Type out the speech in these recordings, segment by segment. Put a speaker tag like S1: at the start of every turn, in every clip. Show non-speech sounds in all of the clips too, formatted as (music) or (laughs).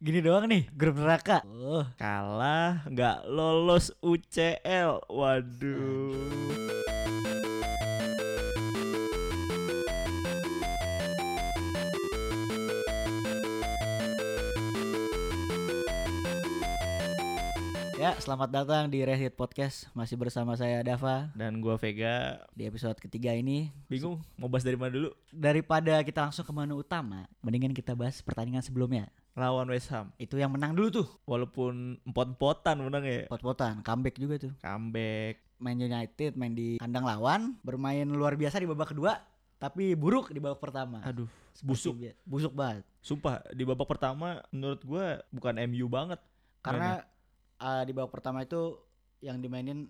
S1: Gini doang nih, grup neraka. Oh, kalah nggak lolos UCL. Waduh. Ya, selamat datang di Reddit Podcast. Masih bersama saya Dava
S2: Dan gua Vega
S1: di episode ketiga ini.
S2: bingung mau bahas dari mana dulu
S1: Daripada kita langsung ke menu utama, mendingan kita bahas pertandingan sebelumnya.
S2: lawan West Ham
S1: Itu yang menang dulu tuh,
S2: walaupun empot-empotan menang ya
S1: pot-potan, comeback juga tuh.
S2: comeback
S1: Man United main di kandang lawan, bermain luar biasa di babak kedua, tapi buruk di babak pertama.
S2: aduh
S1: Seperti
S2: busuk
S1: bi- busuk banget.
S2: sumpah di babak pertama menurut gua bukan MU banget Iya,
S1: Karena uh, di babak pertama itu yang dimainin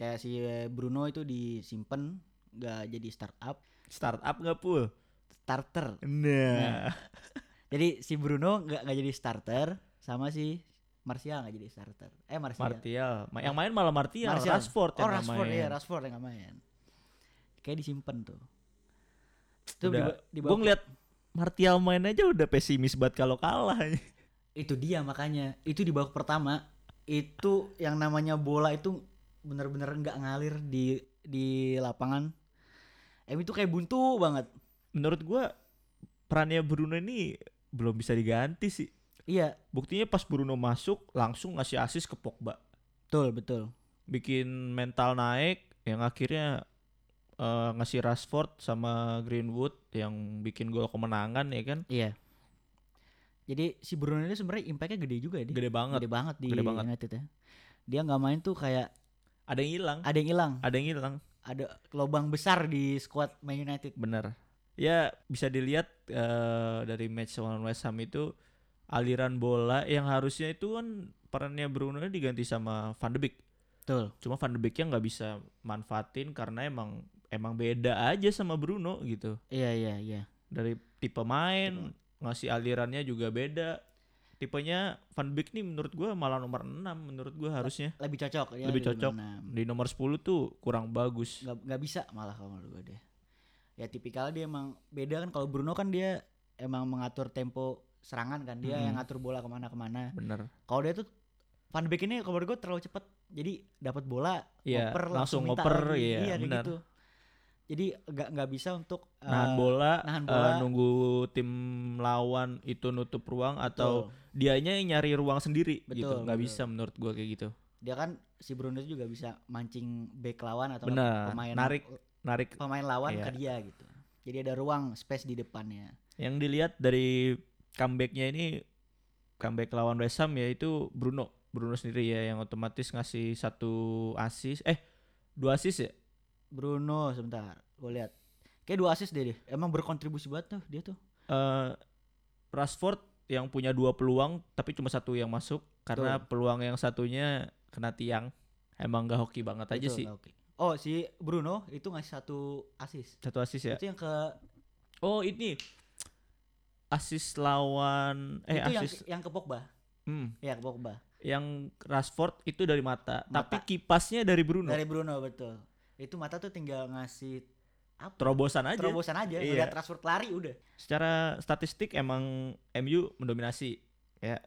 S1: kayak si Bruno itu disimpan nggak jadi start up
S2: startup nggak pul
S1: starter.
S2: nah
S1: Jadi si Bruno nggak nggak jadi starter sama si Martial nggak jadi starter. Eh Martial.
S2: Nah, Martial Ma- yang main malah Martial,
S1: Martial.
S2: Rashford
S1: oh
S2: yang
S1: Rashford
S2: main
S1: ya Rashford yang nggak main. Kayak disimpan tuh. Itu
S2: Udah,
S1: ba- babak
S2: gua ngeliat Martial main aja udah pesimis banget kalau kalah (laughs)
S1: itu dia makanya itu di babak pertama itu yang namanya bola itu bener-bener nggak ngalir di di lapangan Em itu kayak buntu banget
S2: menurut gua perannya Bruno ini belum bisa diganti sih
S1: iya
S2: buktinya pas Bruno masuk langsung ngasih asis ke Pogba
S1: betul betul
S2: bikin mental naik yang akhirnya eh, ngasih Rashford sama Greenwood yang bikin gol kemenangan ya kan
S1: iya jadi si Bruno ini sebenarnya impactnya gede juga ya dia.
S2: gede banget
S1: gede banget di
S2: Gede banget.
S1: United ya dia nggak main tuh kayak
S2: ada yang hilang
S1: ada yang hilang
S2: ada yang hilang
S1: ada lobang besar di squad Man United
S2: bener ya bisa dilihat eh, dari match lawan West Ham itu aliran bola yang harusnya itu kan perannya Bruno nya diganti sama Van de Beek
S1: betul
S2: cuma Van de Beeknya nggak bisa manfaatin karena emang emang beda aja sama Bruno gitu
S1: iya iya iya
S2: dari tipe main ngasih alirannya juga beda tipenya Van Beek nih menurut gua malah nomor 6 menurut gua harusnya
S1: lebih cocok ya
S2: Lebih cocok.
S1: mana.
S2: di nomor 10 tuh kurang bagus
S1: nggak nggak bisa malah kalau menurut gue deh ya tipikal dia emang beda kan kalau Bruno kan dia emang mengatur tempo serangan kan dia yang
S2: Mm.
S1: ngatur bola kemana kemana
S2: bener
S1: kalau dia tuh Van Beek ini kalau menurut gue terlalu cepet jadi dapat bola
S2: Iya,
S1: ngoper,
S2: langsung
S1: minta
S2: ngoper,
S1: lagi.
S2: iya,
S1: kayak
S2: benar.
S1: gitu jadi nggak nggak bisa untuk eh,
S2: nahan bola,
S1: nahan
S2: eh,
S1: bola.
S2: nunggu tim lawan itu nutup ruang atau
S1: betul.
S2: dianya yang nyari ruang sendiri gitu
S1: Betul,
S2: nggak
S1: betul.
S2: bisa menurut gua kayak gitu
S1: dia kan si Bruno itu juga bisa mancing back lawan atau
S2: Benar,
S1: pemain
S2: narik. narik
S1: pemain lawan
S2: Iya.
S1: ke dia gitu jadi ada ruang space di depannya
S2: yang dilihat dari comebacknya ini comeback lawan West Ham yaitu Bruno Bruno sendiri ya yang otomatis ngasih satu asis eh dua asis ya
S1: Bruno sebentar, gue lihat. Kayak dua assist deh, deh. Emang berkontribusi banget tuh dia tuh.
S2: eh Rashford yang punya dua peluang tapi cuma satu yang masuk karena peluang yang satunya kena tiang emang gak hoki banget aja
S1: Betul,
S2: sih
S1: oke. Oh, si Bruno itu ngasih satu assist.
S2: satu asis ya
S1: Itu yang ke
S2: oh ini asis lawan eh
S1: itu
S2: asis
S1: yang yang ke Pogba.
S2: hmm,
S1: Ya, ke Pogba.
S2: yang Rashford itu dari mata,
S1: Mata.
S2: tapi kipasnya dari Bruno
S1: Dari Bruno betul. Itu mata tuh tinggal ngasih apa?
S2: terobosan aja
S1: Terobosan aja,
S2: Iya.
S1: udah transfer lari udah.
S2: secara statistik emang MU mendominasi
S1: Iya,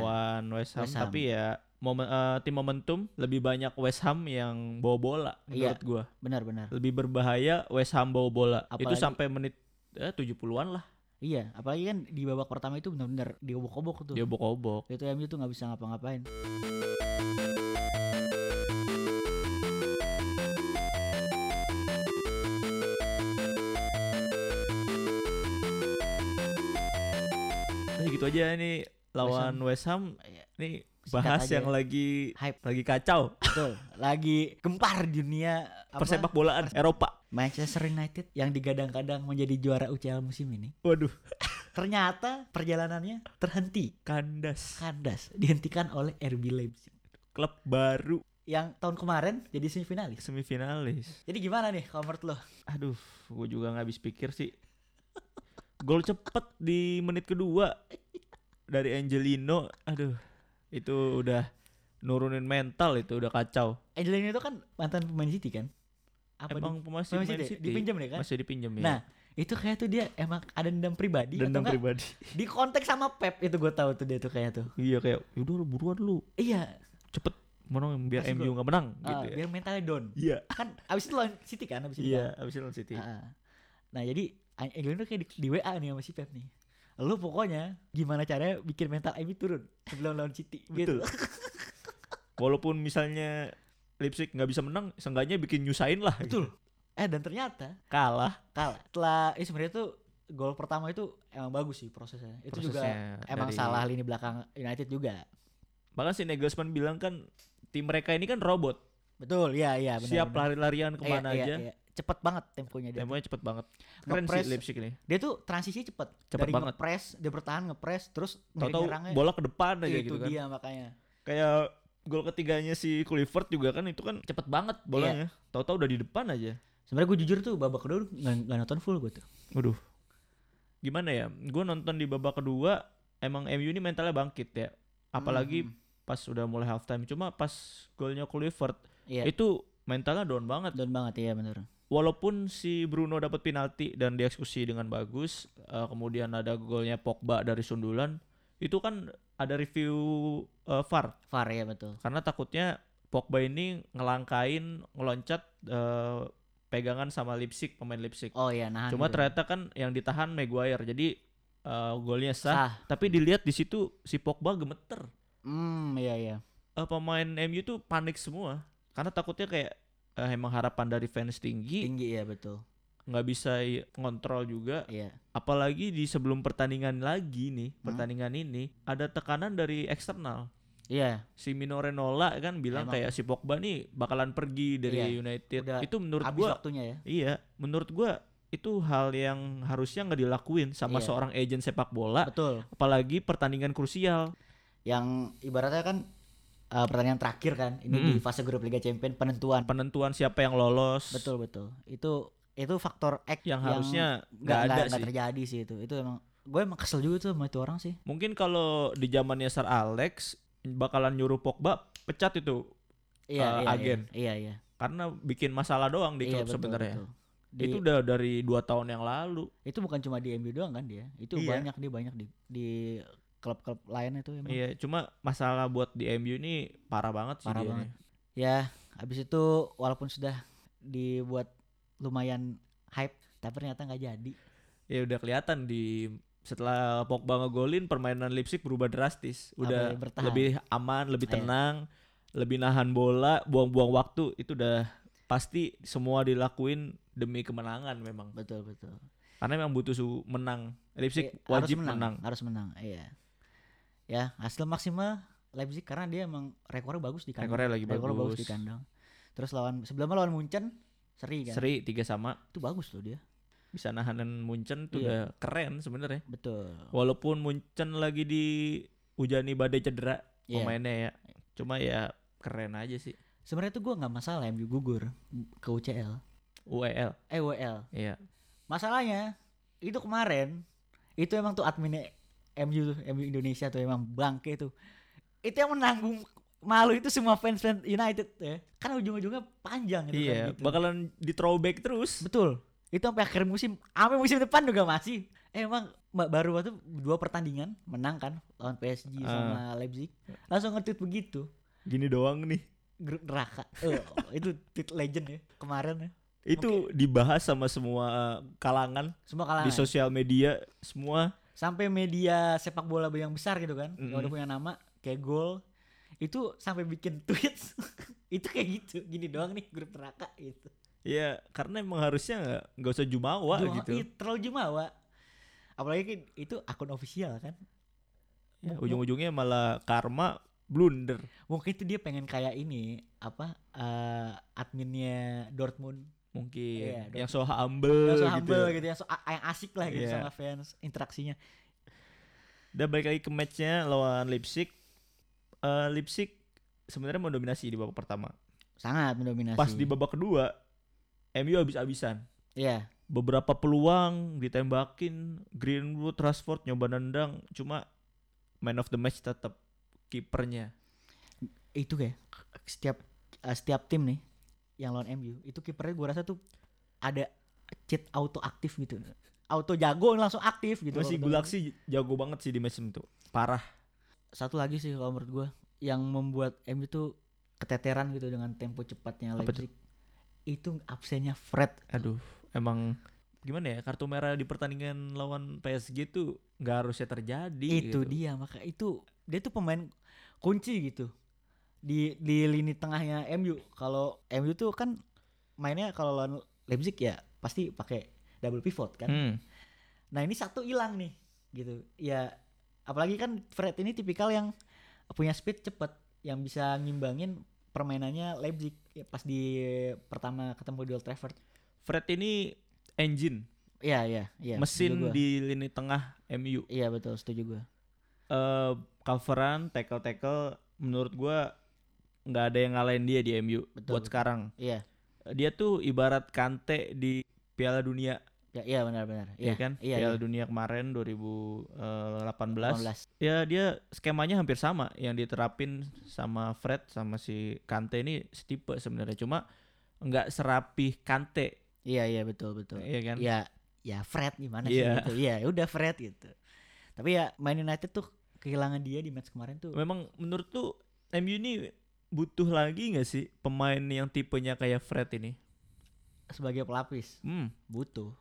S2: lawan West Ham,
S1: West Ham.
S2: tapi ya momen, eh, tim momentum lebih banyak West Ham yang bawa bola
S1: Iya.
S2: menurut gua
S1: benar benar.
S2: lebih berbahaya West Ham bawa bola. Itu
S1: Apalagi-
S2: sampai menit eh, 70-an lah
S1: Iya, apalagi kan di babak pertama itu benar-benar diobok-obok tuh.
S2: dia obok-obok.
S1: Itu MU tuh nggak bisa ngapa-ngapain.
S2: Eh, gitu aja nih lawan West Ham.
S1: Iya.
S2: Nih
S1: Sikat
S2: bahas
S1: aja
S2: yang
S1: ya.
S2: lagi
S1: Hype
S2: lagi kacau
S1: betul. Lagi gempar di dunia apa?
S2: persepak bolaan Eropa.
S1: Manchester United yang digadang-gadang menjadi juara UCL musim ini
S2: Waduh,
S1: ternyata perjalanannya terhenti
S2: kandas.
S1: kandas dihentikan oleh RB Leipzig
S2: Klub baru
S1: yang tahun kemarin jadi semifinalis
S2: semifinalis.
S1: jadi gimana nih kalau menurut lo
S2: Aduh, gue juga nggak habis pikir sih. Gol cepet di menit kedua dari Angelino. Aduh, itu udah nurunin mental itu udah kacau.
S1: Angelino itu kan mantan pemain City kan apa
S2: Emang
S1: di,
S2: pemain
S1: pemain
S2: City,
S1: City? dipinjam deh kan
S2: masih dipinjam ya.
S1: nah itu kayak tuh dia emang ada dendam pribadi atau
S2: dendam
S1: enggak
S2: pribadi
S1: di kontak sama Pep itu gue tahu tuh dia tuh kayak tuh
S2: iya kayak yaudah lu buruan lu
S1: iya
S2: cepet menang biar
S1: Kasih
S2: MU
S1: gol.
S2: nggak menang
S1: ah,
S2: gitu ya
S1: biar mentalnya down
S2: iya
S1: (laughs) kan abis itu lawan City kan abis itu
S2: iya
S1: kan?
S2: abis itu lawan City
S1: Ah. nah jadi Angelino kayak di, di WA nih sama si Pep nih lu pokoknya gimana caranya bikin mental Emi turun sebelum lawan City gitu.
S2: betul walaupun misalnya Leipzig nggak bisa menang seenggaknya bikin nyusahin lah
S1: (laughs) betul
S2: gitu.
S1: eh dan ternyata
S2: kalah
S1: kalah setelah eh sebenarnya tuh gol pertama itu emang bagus sih prosesnya itu juga
S2: prosesnya
S1: emang
S2: dari-
S1: salah lini belakang United juga
S2: bahkan si Nagelsmann bilang kan tim mereka ini kan robot
S1: betul iya iya benar
S2: siap
S1: benar.
S2: lari-larian
S1: Iya,
S2: kemana
S1: iya,
S2: aja
S1: iya. cepet banget temponya dia
S2: temponya cepet banget keren sih
S1: Nge-press.
S2: Leipzig ini
S1: dia tuh transisi cepet
S2: Cepet
S1: dari
S2: banget.
S1: ngepres dia bertahan ngepres terus
S2: tahu-tahu
S1: nyerang-nyerangnya.
S2: bola ke depan aja
S1: Iya, itu
S2: gitu kan
S1: dia makanya
S2: kayak gol ketiganya si Clifford juga kan itu kan cepet banget bolanya tahu-tahu udah di depan aja
S1: sebenarnya gue jujur tuh babak kedua nggak nggak nonton full gue tuh
S2: Waduh. Gimana ya? Gue nonton di babak kedua emang MU ini mentalnya bangkit ya. Apalagi
S1: Hmm.
S2: pas udah mulai halftime. Cuma pas golnya Kluivert
S1: iya
S2: itu mentalnya down banget.
S1: down banget iya bener
S2: Walaupun si Bruno dapat penalti dan dieksekusi dengan bagus, eh, kemudian ada golnya Pogba dari sundulan, itu kan ada review eh, VAR
S1: far ya betul
S2: karena takutnya Pogba ini ngelangkain, ngeloncat eh, pegangan sama Leipzig, pemain Leipzig.
S1: oh iya nahan
S2: Cuma
S1: gitu.
S2: ternyata kan yang ditahan Maguire. Jadi eh, golnya sah,
S1: sah
S2: tapi dilihat di situ si Pogba gemeter.
S1: hmm iya iya
S2: Eh, pemain MU tuh panik semua karena takutnya kayak eh, emang harapan dari fans tinggi,
S1: tinggi ya betul
S2: nggak bisa i- ngontrol juga.
S1: iya
S2: Apalagi di sebelum pertandingan lagi nih,
S1: Hmm.
S2: pertandingan ini ada tekanan dari eksternal.
S1: iya
S2: Si Mino Renola kan bilang
S1: Emang.
S2: kayak si Pogba nih bakalan pergi dari
S1: Iya,
S2: United.
S1: udah
S2: itu menurut
S1: habis
S2: gua
S1: waktunya ya
S2: Iya, menurut gua itu hal yang harusnya nggak dilakuin sama
S1: Iya.
S2: seorang agent sepak bola,
S1: betul
S2: apalagi pertandingan krusial.
S1: yang ibaratnya kan eh, pertandingan terakhir kan ini
S2: Mm-mm.
S1: di fase grup Liga Champion penentuan
S2: Penentuan siapa yang lolos.
S1: betul betul itu itu faktor X
S2: Yang harusnya nggak
S1: nggak
S2: ada
S1: nggak-
S2: sih.
S1: nggak terjadi sih itu itu emang gue emang kesel juga tuh sama itu orang sih
S2: Mungkin kalau di zamannya Sir Alex bakalan nyuruh Pogba pecat itu Eh,
S1: iya, iya,
S2: agen.
S1: iya iya
S2: karena bikin masalah doang di
S1: iya
S2: klub
S1: betul,
S2: sebenarnya. ya?
S1: betul. Di-
S2: Itu udah dari dua tahun yang lalu.
S1: itu bukan cuma di MU doang kan dia itu
S2: Iya.
S1: banyak dia banyak di di klub-klub lain itu emang
S2: Iya, cuma masalah buat di MU ini parah banget sih
S1: Parah
S2: dia
S1: banget.
S2: nih.
S1: ya abis itu walaupun sudah dibuat lumayan hype tapi ternyata nggak jadi
S2: Ya udah kelihatan di setelah Pogba ngegolin permainan Leipzig berubah drastis.
S1: Apa,
S2: Udah
S1: ya? bertahan?
S2: lebih aman, lebih
S1: Iya.
S2: tenang, lebih nahan bola, buang-buang waktu itu udah pasti semua dilakuin demi kemenangan memang.
S1: betul betul
S2: Karena memang butuh su- menang. Leipzig
S1: Eh, harus
S2: wajib menang.
S1: harus menang iya ya hasil maksimal Leipzig karena dia emang rekornya bagus di kandang
S2: Rekornya lagi
S1: rekornya bagus.
S2: bagus.
S1: di kandang terus lawan sebelumnya lawan Munchen seri kan
S2: Seri tiga sama
S1: itu bagus loh dia
S2: bisa nahanan Munchen tuh
S1: Iya.
S2: udah keren sebenarnya.
S1: betul
S2: Walaupun Munchen lagi di hujani badai cedera
S1: Iya.
S2: pemainnya ya. Cuma ya keren aja sih.
S1: sebenarnya tuh gue nggak masalah MU gugur ke UCL
S2: UEL.
S1: eh WL
S2: E Iya.
S1: Masalahnya itu kemarin itu emang tuh adminnya MU tuh, MU Indonesia tuh emang bangke tuh. Itu yang menanggung malu itu semua fans-fans United ya. Karena ujung-ujungnya panjang gitu kan,
S2: Iya,
S1: gitu.
S2: bakalan di throwback terus.
S1: Betul. Itu sampai akhir musim, sampai musim depan juga masih. Eh, Emang ma- baru waktu dua pertandingan menang kan lawan PSG
S2: Ah.
S1: sama Leipzig. Langsung nge-tweet begitu.
S2: Gini doang nih.
S1: Grup neraka. Eh, (laughs) itu tweet legend ya kemarin ya.
S2: Itu dibahas sama semua eh, kalangan,
S1: Semua kalangan.
S2: di sosial media semua.
S1: sampai media sepak bola yang besar gitu kan yang udah
S2: Mm-mm.
S1: punya nama kayak gol itu sampai bikin (laughs) tweet itu kayak gitu gini doang nih grup neraka gitu
S2: Ya, karena emang harusnya nggak nggak usah jumawa
S1: Jumawa-
S2: gitu.
S1: iya, terlalu jumawa apalagi kan itu akun official kan
S2: Ya,
S1: Mu-
S2: ujung-ujungnya malah karma blunder.
S1: mungkin itu dia pengen kayak ini apa eh, adminnya Dortmund Iya,
S2: Mungkin yang so humble,
S1: yang so
S2: gitu.
S1: humble gitu, yang so a- yang asik lah gitu
S2: Iya.
S1: sama fans interaksinya
S2: Dan balik lagi ke matchnya lawan Leipzig. Eh, Leipzig sebenarnya mendominasi di babak pertama.
S1: sangat mendominasi
S2: Pas di babak kedua, MU habis-habisan.
S1: Iya,
S2: Beberapa peluang ditembakin, Greenwood, Rashford nyoba nendang, cuma man of the match tetap kipernya.
S1: itu kayak setiap eh, setiap tim nih yang lawan MU itu kipernya gue rasa tuh ada cheat auto aktif gitu. Auto jago langsung aktif gitu.
S2: Masih
S1: kalau
S2: Gulak sih jago banget sih di match itu. Parah.
S1: satu lagi sih kalau menurut gue yang membuat MU tuh keteteran gitu dengan tempo cepatnya
S2: Apa tuh?
S1: Leipzig itu absennya Fred
S2: Aduh, emang gimana ya kartu merah di pertandingan lawan PSG tuh nggak harusnya terjadi.
S1: itu
S2: gitu.
S1: dia maka itu dia tuh pemain kunci gitu di di lini tengahnya MU kalau MU tuh kan mainnya kalau lawan Leipzig ya pasti pakai double pivot kan
S2: Hmm.
S1: nah ini satu hilang nih gitu ya apalagi kan Fred ini tipikal yang punya speed cepet yang bisa ngimbangin permainannya Leipzig ya, pas di pertama ketemu di Old Trafford
S2: Fred ini engine,
S1: Iya iya iya. setuju
S2: mesin
S1: gua.
S2: di lini tengah MU.
S1: Iya betul setuju gue.
S2: Eh coveran, tackle tackle menurut gua nggak ada yang ngalahin dia di MU
S1: Betul,
S2: buat
S1: betul.
S2: sekarang.
S1: Iya.
S2: Dia tuh ibarat Kante di Piala Dunia,
S1: Ya, iya benar benar.
S2: ya
S1: Iya
S2: kan?
S1: Iya.
S2: Piala
S1: iya.
S2: Dunia kemarin 2018.
S1: 18.
S2: ya dia skemanya hampir sama yang diterapin sama Fred sama si Kante ini setipe sebenarnya cuma nggak serapih Kante
S1: Iya iya betul betul.
S2: iya kan
S1: Ya ya Fred gimana sih
S2: Iya.
S1: gitu. Iya udah Fred gitu. Tapi ya Man United tuh kehilangan dia di match kemarin tuh.
S2: memang menurut tuh MU ini butuh lagi nggak sih pemain yang tipenya kayak Fred ini
S1: sebagai pelapis
S2: hmm
S1: butuh.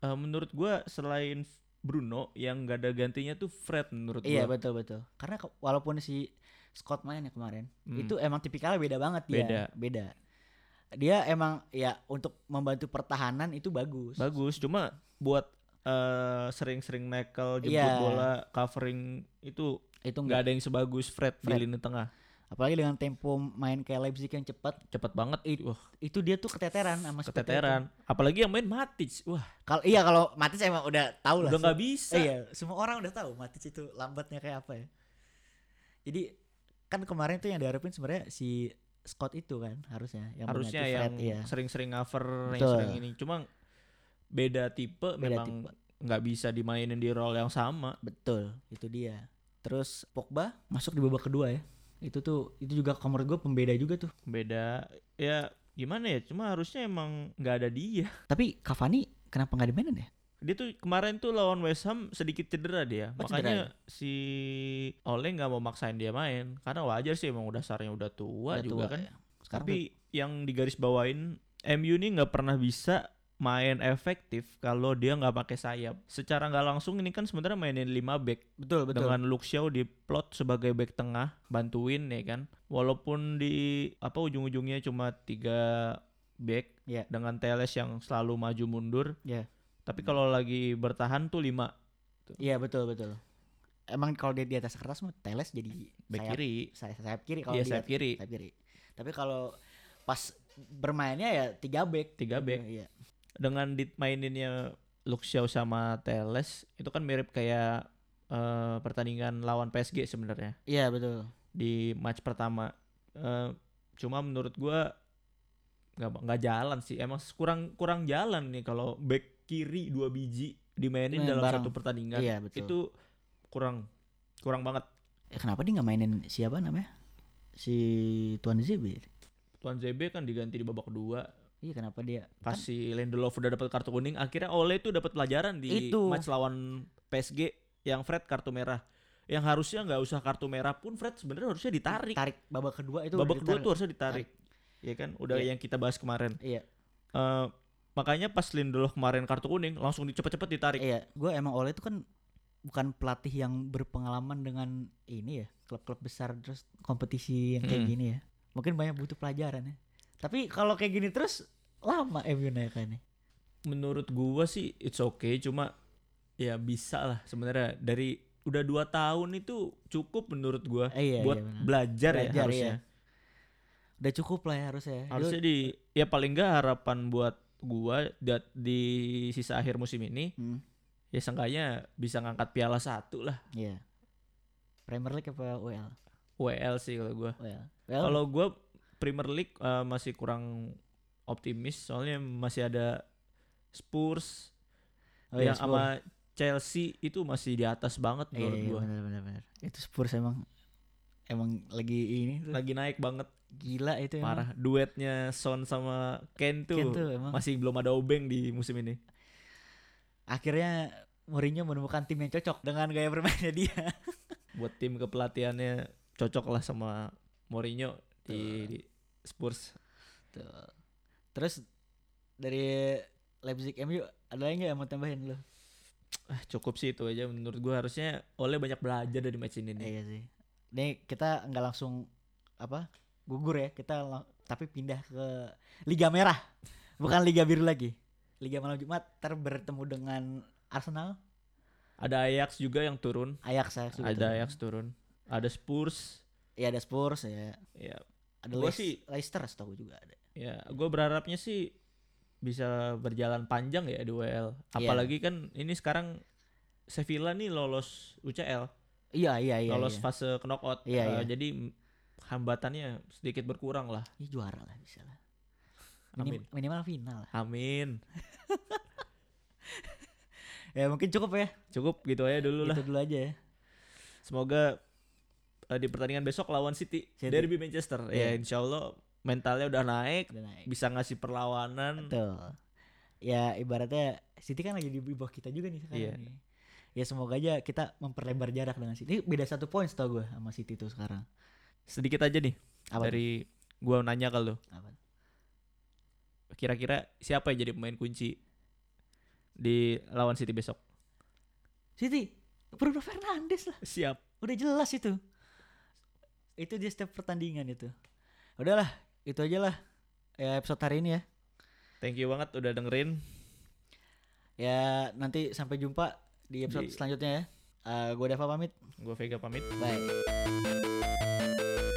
S2: eh, menurut gua selain Bruno yang nggak ada gantinya tuh Fred menurut
S1: Iya
S2: gua
S1: betul betul. Karena ke- walaupun si Scott main ya kemarin,
S2: Hmm.
S1: itu emang tipikalnya beda banget dia.
S2: Beda.
S1: Beda. Dia emang ya untuk membantu pertahanan itu bagus.
S2: bagus cuma buat eh, sering-sering nekel jemput
S1: Iya.
S2: bola covering itu
S1: Itu
S2: nggak
S1: enggak.
S2: ada yang sebagus Fred,
S1: Fred.
S2: di lini tengah
S1: Apalagi dengan tempo main kayak Leipzig yang cepat,
S2: cepet banget
S1: It-
S2: Wah,
S1: itu dia tuh keteteran sama seperti itu.
S2: keteteran apalagi yang main Matic wah
S1: Kalau iya kalau Matis emang udah tahu lah.
S2: udah nggak
S1: Se-
S2: bisa
S1: eh, Iya, semua orang udah tahu Matis itu lambatnya kayak apa ya. Jadi kan kemarin tuh yang diharapin sebenarnya si Scott itu kan harusnya yang
S2: harusnya
S1: mengganti Fred,
S2: yang
S1: iya.
S2: sering-sering cover yang
S1: Betul.
S2: sering ini cuma beda tipe
S1: Beda
S2: memang nggak bisa dimainin di role yang sama
S1: Betul, itu dia. Terus Pogba masuk di babak kedua ya. Itu tuh itu juga kamar gue pembeda juga tuh.
S2: beda ya gimana ya cuma harusnya emang nggak ada dia
S1: Tapi Cavani kenapa nggak dimainin ya?
S2: dia tuh kemarin tuh lawan West Ham sedikit cedera dia
S1: Oh,
S2: makanya si Ole nggak mau maksain dia main karena wajar sih emang udah sarnya udah tua
S1: Udah tua
S2: juga kan
S1: ya. Sekarang
S2: Tapi yang digaris bawain MU ini nggak pernah bisa main efektif kalau dia nggak pakai sayap. Secara nggak langsung ini kan sebenarnya mainin 5 back
S1: betul betul.
S2: dengan Luke Shaw di plot sebagai back tengah bantuin ya kan. Walaupun di apa ujung-ujungnya cuma tiga back
S1: Iya.
S2: dengan Teles yang selalu maju mundur.
S1: Iya.
S2: Tapi kalau lagi bertahan tuh 5
S1: Iya betul betul. Emang kalau dia di atas kertas mah Teles jadi
S2: back
S1: sayap,
S2: kiri.
S1: Sayap, sayap kiri kalau
S2: Iya
S1: di
S2: sayap
S1: atas-
S2: kiri.
S1: sayap kiri. Tapi kalau pas bermainnya ya tiga back.
S2: Tiga back.
S1: Iya.
S2: dengan dimaininnya Luke Shaw sama Teles itu kan mirip kayak eh, pertandingan lawan PSG sebenarnya
S1: Iya betul.
S2: di match pertama. Eh, cuma menurut gua nggak nggak jalan sih. Emang kurang kurang jalan nih kalau back kiri dua biji dimainin
S1: Main
S2: dalam
S1: bareng.
S2: satu pertandingan.
S1: Iya betul.
S2: Itu kurang kurang banget
S1: Ya, kenapa dia nggak mainin siapa namanya? Si Tuan Zibir.
S2: Tuan ZB kan diganti di babak kedua
S1: Iya kenapa dia?
S2: pas si Lindelof udah dapat kartu kuning akhirnya Ole itu dapat pelajaran di
S1: Itu.
S2: match lawan PSG yang Fred kartu merah yang harusnya nggak usah kartu merah pun Fred sebenarnya harusnya ditarik
S1: kan tarik babak kedua itu
S2: babak
S1: ditarik.
S2: kedua tuh harusnya ditarik ya kan udah
S1: Iya.
S2: yang kita bahas kemarin
S1: Iya.
S2: Eh, makanya pas Lindelof kemarin kartu kuning langsung dicepet-cepet ditarik
S1: Iya, gue emang Ole itu kan bukan pelatih yang berpengalaman dengan ini ya klub-klub besar terus kompetisi yang kayak
S2: Mm.
S1: gini ya. Mungkin banyak butuh pelajaran ya. Tapi kalau kayak gini terus lama MU naikannya.
S2: menurut gua sih it's okay cuma ya bisa lah sebenarnya dari udah dua tahun itu cukup menurut gua
S1: Eh, iya,
S2: buat
S1: iya, benar.
S2: belajar, ya
S1: Belajar,
S2: harusnya
S1: iya. Udah cukup lah ya harusnya.
S2: harusnya di ya paling nggak harapan buat gua dat- di sisa akhir musim ini
S1: Hmm,
S2: ya seenggaknya bisa ngangkat piala satu lah
S1: iya. Premier League apa UL?
S2: WL sih kalau gua
S1: UL.
S2: kalau gua Premier League eh, masih kurang optimis soalnya masih ada Spurs
S1: Oh,
S2: yang sama Chelsea itu masih di atas banget
S1: iya,
S2: menurut
S1: iya,
S2: gua
S1: benar benar benar. Itu Spurs emang emang lagi ini tuh.
S2: lagi naik banget
S1: gila itu emang.
S2: parah duetnya Son sama Ken tuh,
S1: Ken Iya. tuh emang.
S2: masih belum ada obeng di musim ini
S1: Akhirnya Mourinho menemukan tim yang cocok dengan gaya bermainnya dia.
S2: buat tim kepelatihannya cocok lah sama Mourinho di, di Spurs
S1: Tuh. Terus dari Leipzig MU ada lagi nggak yang mau tambahin lo?
S2: ah, cukup sih itu aja menurut gue harusnya oleh banyak belajar dari match ini nih.
S1: Iya sih. Ini kita nggak langsung apa gugur ya kita lang- tapi pindah ke Liga Merah bukan Liga Biru lagi. Liga malam Jumat ter bertemu dengan Arsenal,
S2: ada Ajax juga yang turun
S1: Ajax, Ajax juga
S2: ada
S1: tuh.
S2: Ajax turun ada Spurs
S1: Iya ada Spurs ya.
S2: ya
S1: Ada
S2: Gua
S1: Leis-
S2: sih-
S1: Leicester setahu gue juga ada.
S2: ya gue berharapnya sih bisa berjalan panjang ya di WL
S1: Iya.
S2: apalagi kan ini sekarang Sevilla nih lolos UCL
S1: Iya iya iya.
S2: lolos
S1: iya.
S2: fase knockout
S1: Iya,
S2: Eh,
S1: iya.
S2: jadi m- hambatannya sedikit berkurang lah
S1: Ini juara lah bisa lah.
S2: amin
S1: Minim- minimal final lah.
S2: amin
S1: Ya mungkin cukup ya.
S2: cukup gitu aja dulu lah
S1: Itu dulu aja ya.
S2: semoga eh, di pertandingan besok lawan City,
S1: City.
S2: derby Manchester
S1: Iya.
S2: ya Insya Allah mentalnya udah naik
S1: Udah naik.
S2: bisa ngasih perlawanan
S1: Betul. Ya ibaratnya City kan lagi di bawah kita juga nih sekarang
S2: Iya.
S1: nih. Ya semoga aja kita memperlebar jarak dengan City. Ini beda satu poin tau gue sama City tuh sekarang.
S2: sedikit aja nih
S1: Apa? tuh?
S2: dari gua nanya kalau
S1: Apa tuh?
S2: kira-kira siapa yang jadi pemain kunci di lawan City besok?
S1: City, Bruno Fernandes lah.
S2: Siap.
S1: Udah jelas itu. Itu dia setiap pertandingan itu. Udahlah, itu aja lah ya episode hari ini ya.
S2: Thank you banget udah dengerin.
S1: Ya nanti sampai jumpa di
S2: Iya.
S1: episode
S2: Di-
S1: selanjutnya ya. Eh gue Dava pamit.
S2: Gue Vega pamit.
S1: Bye.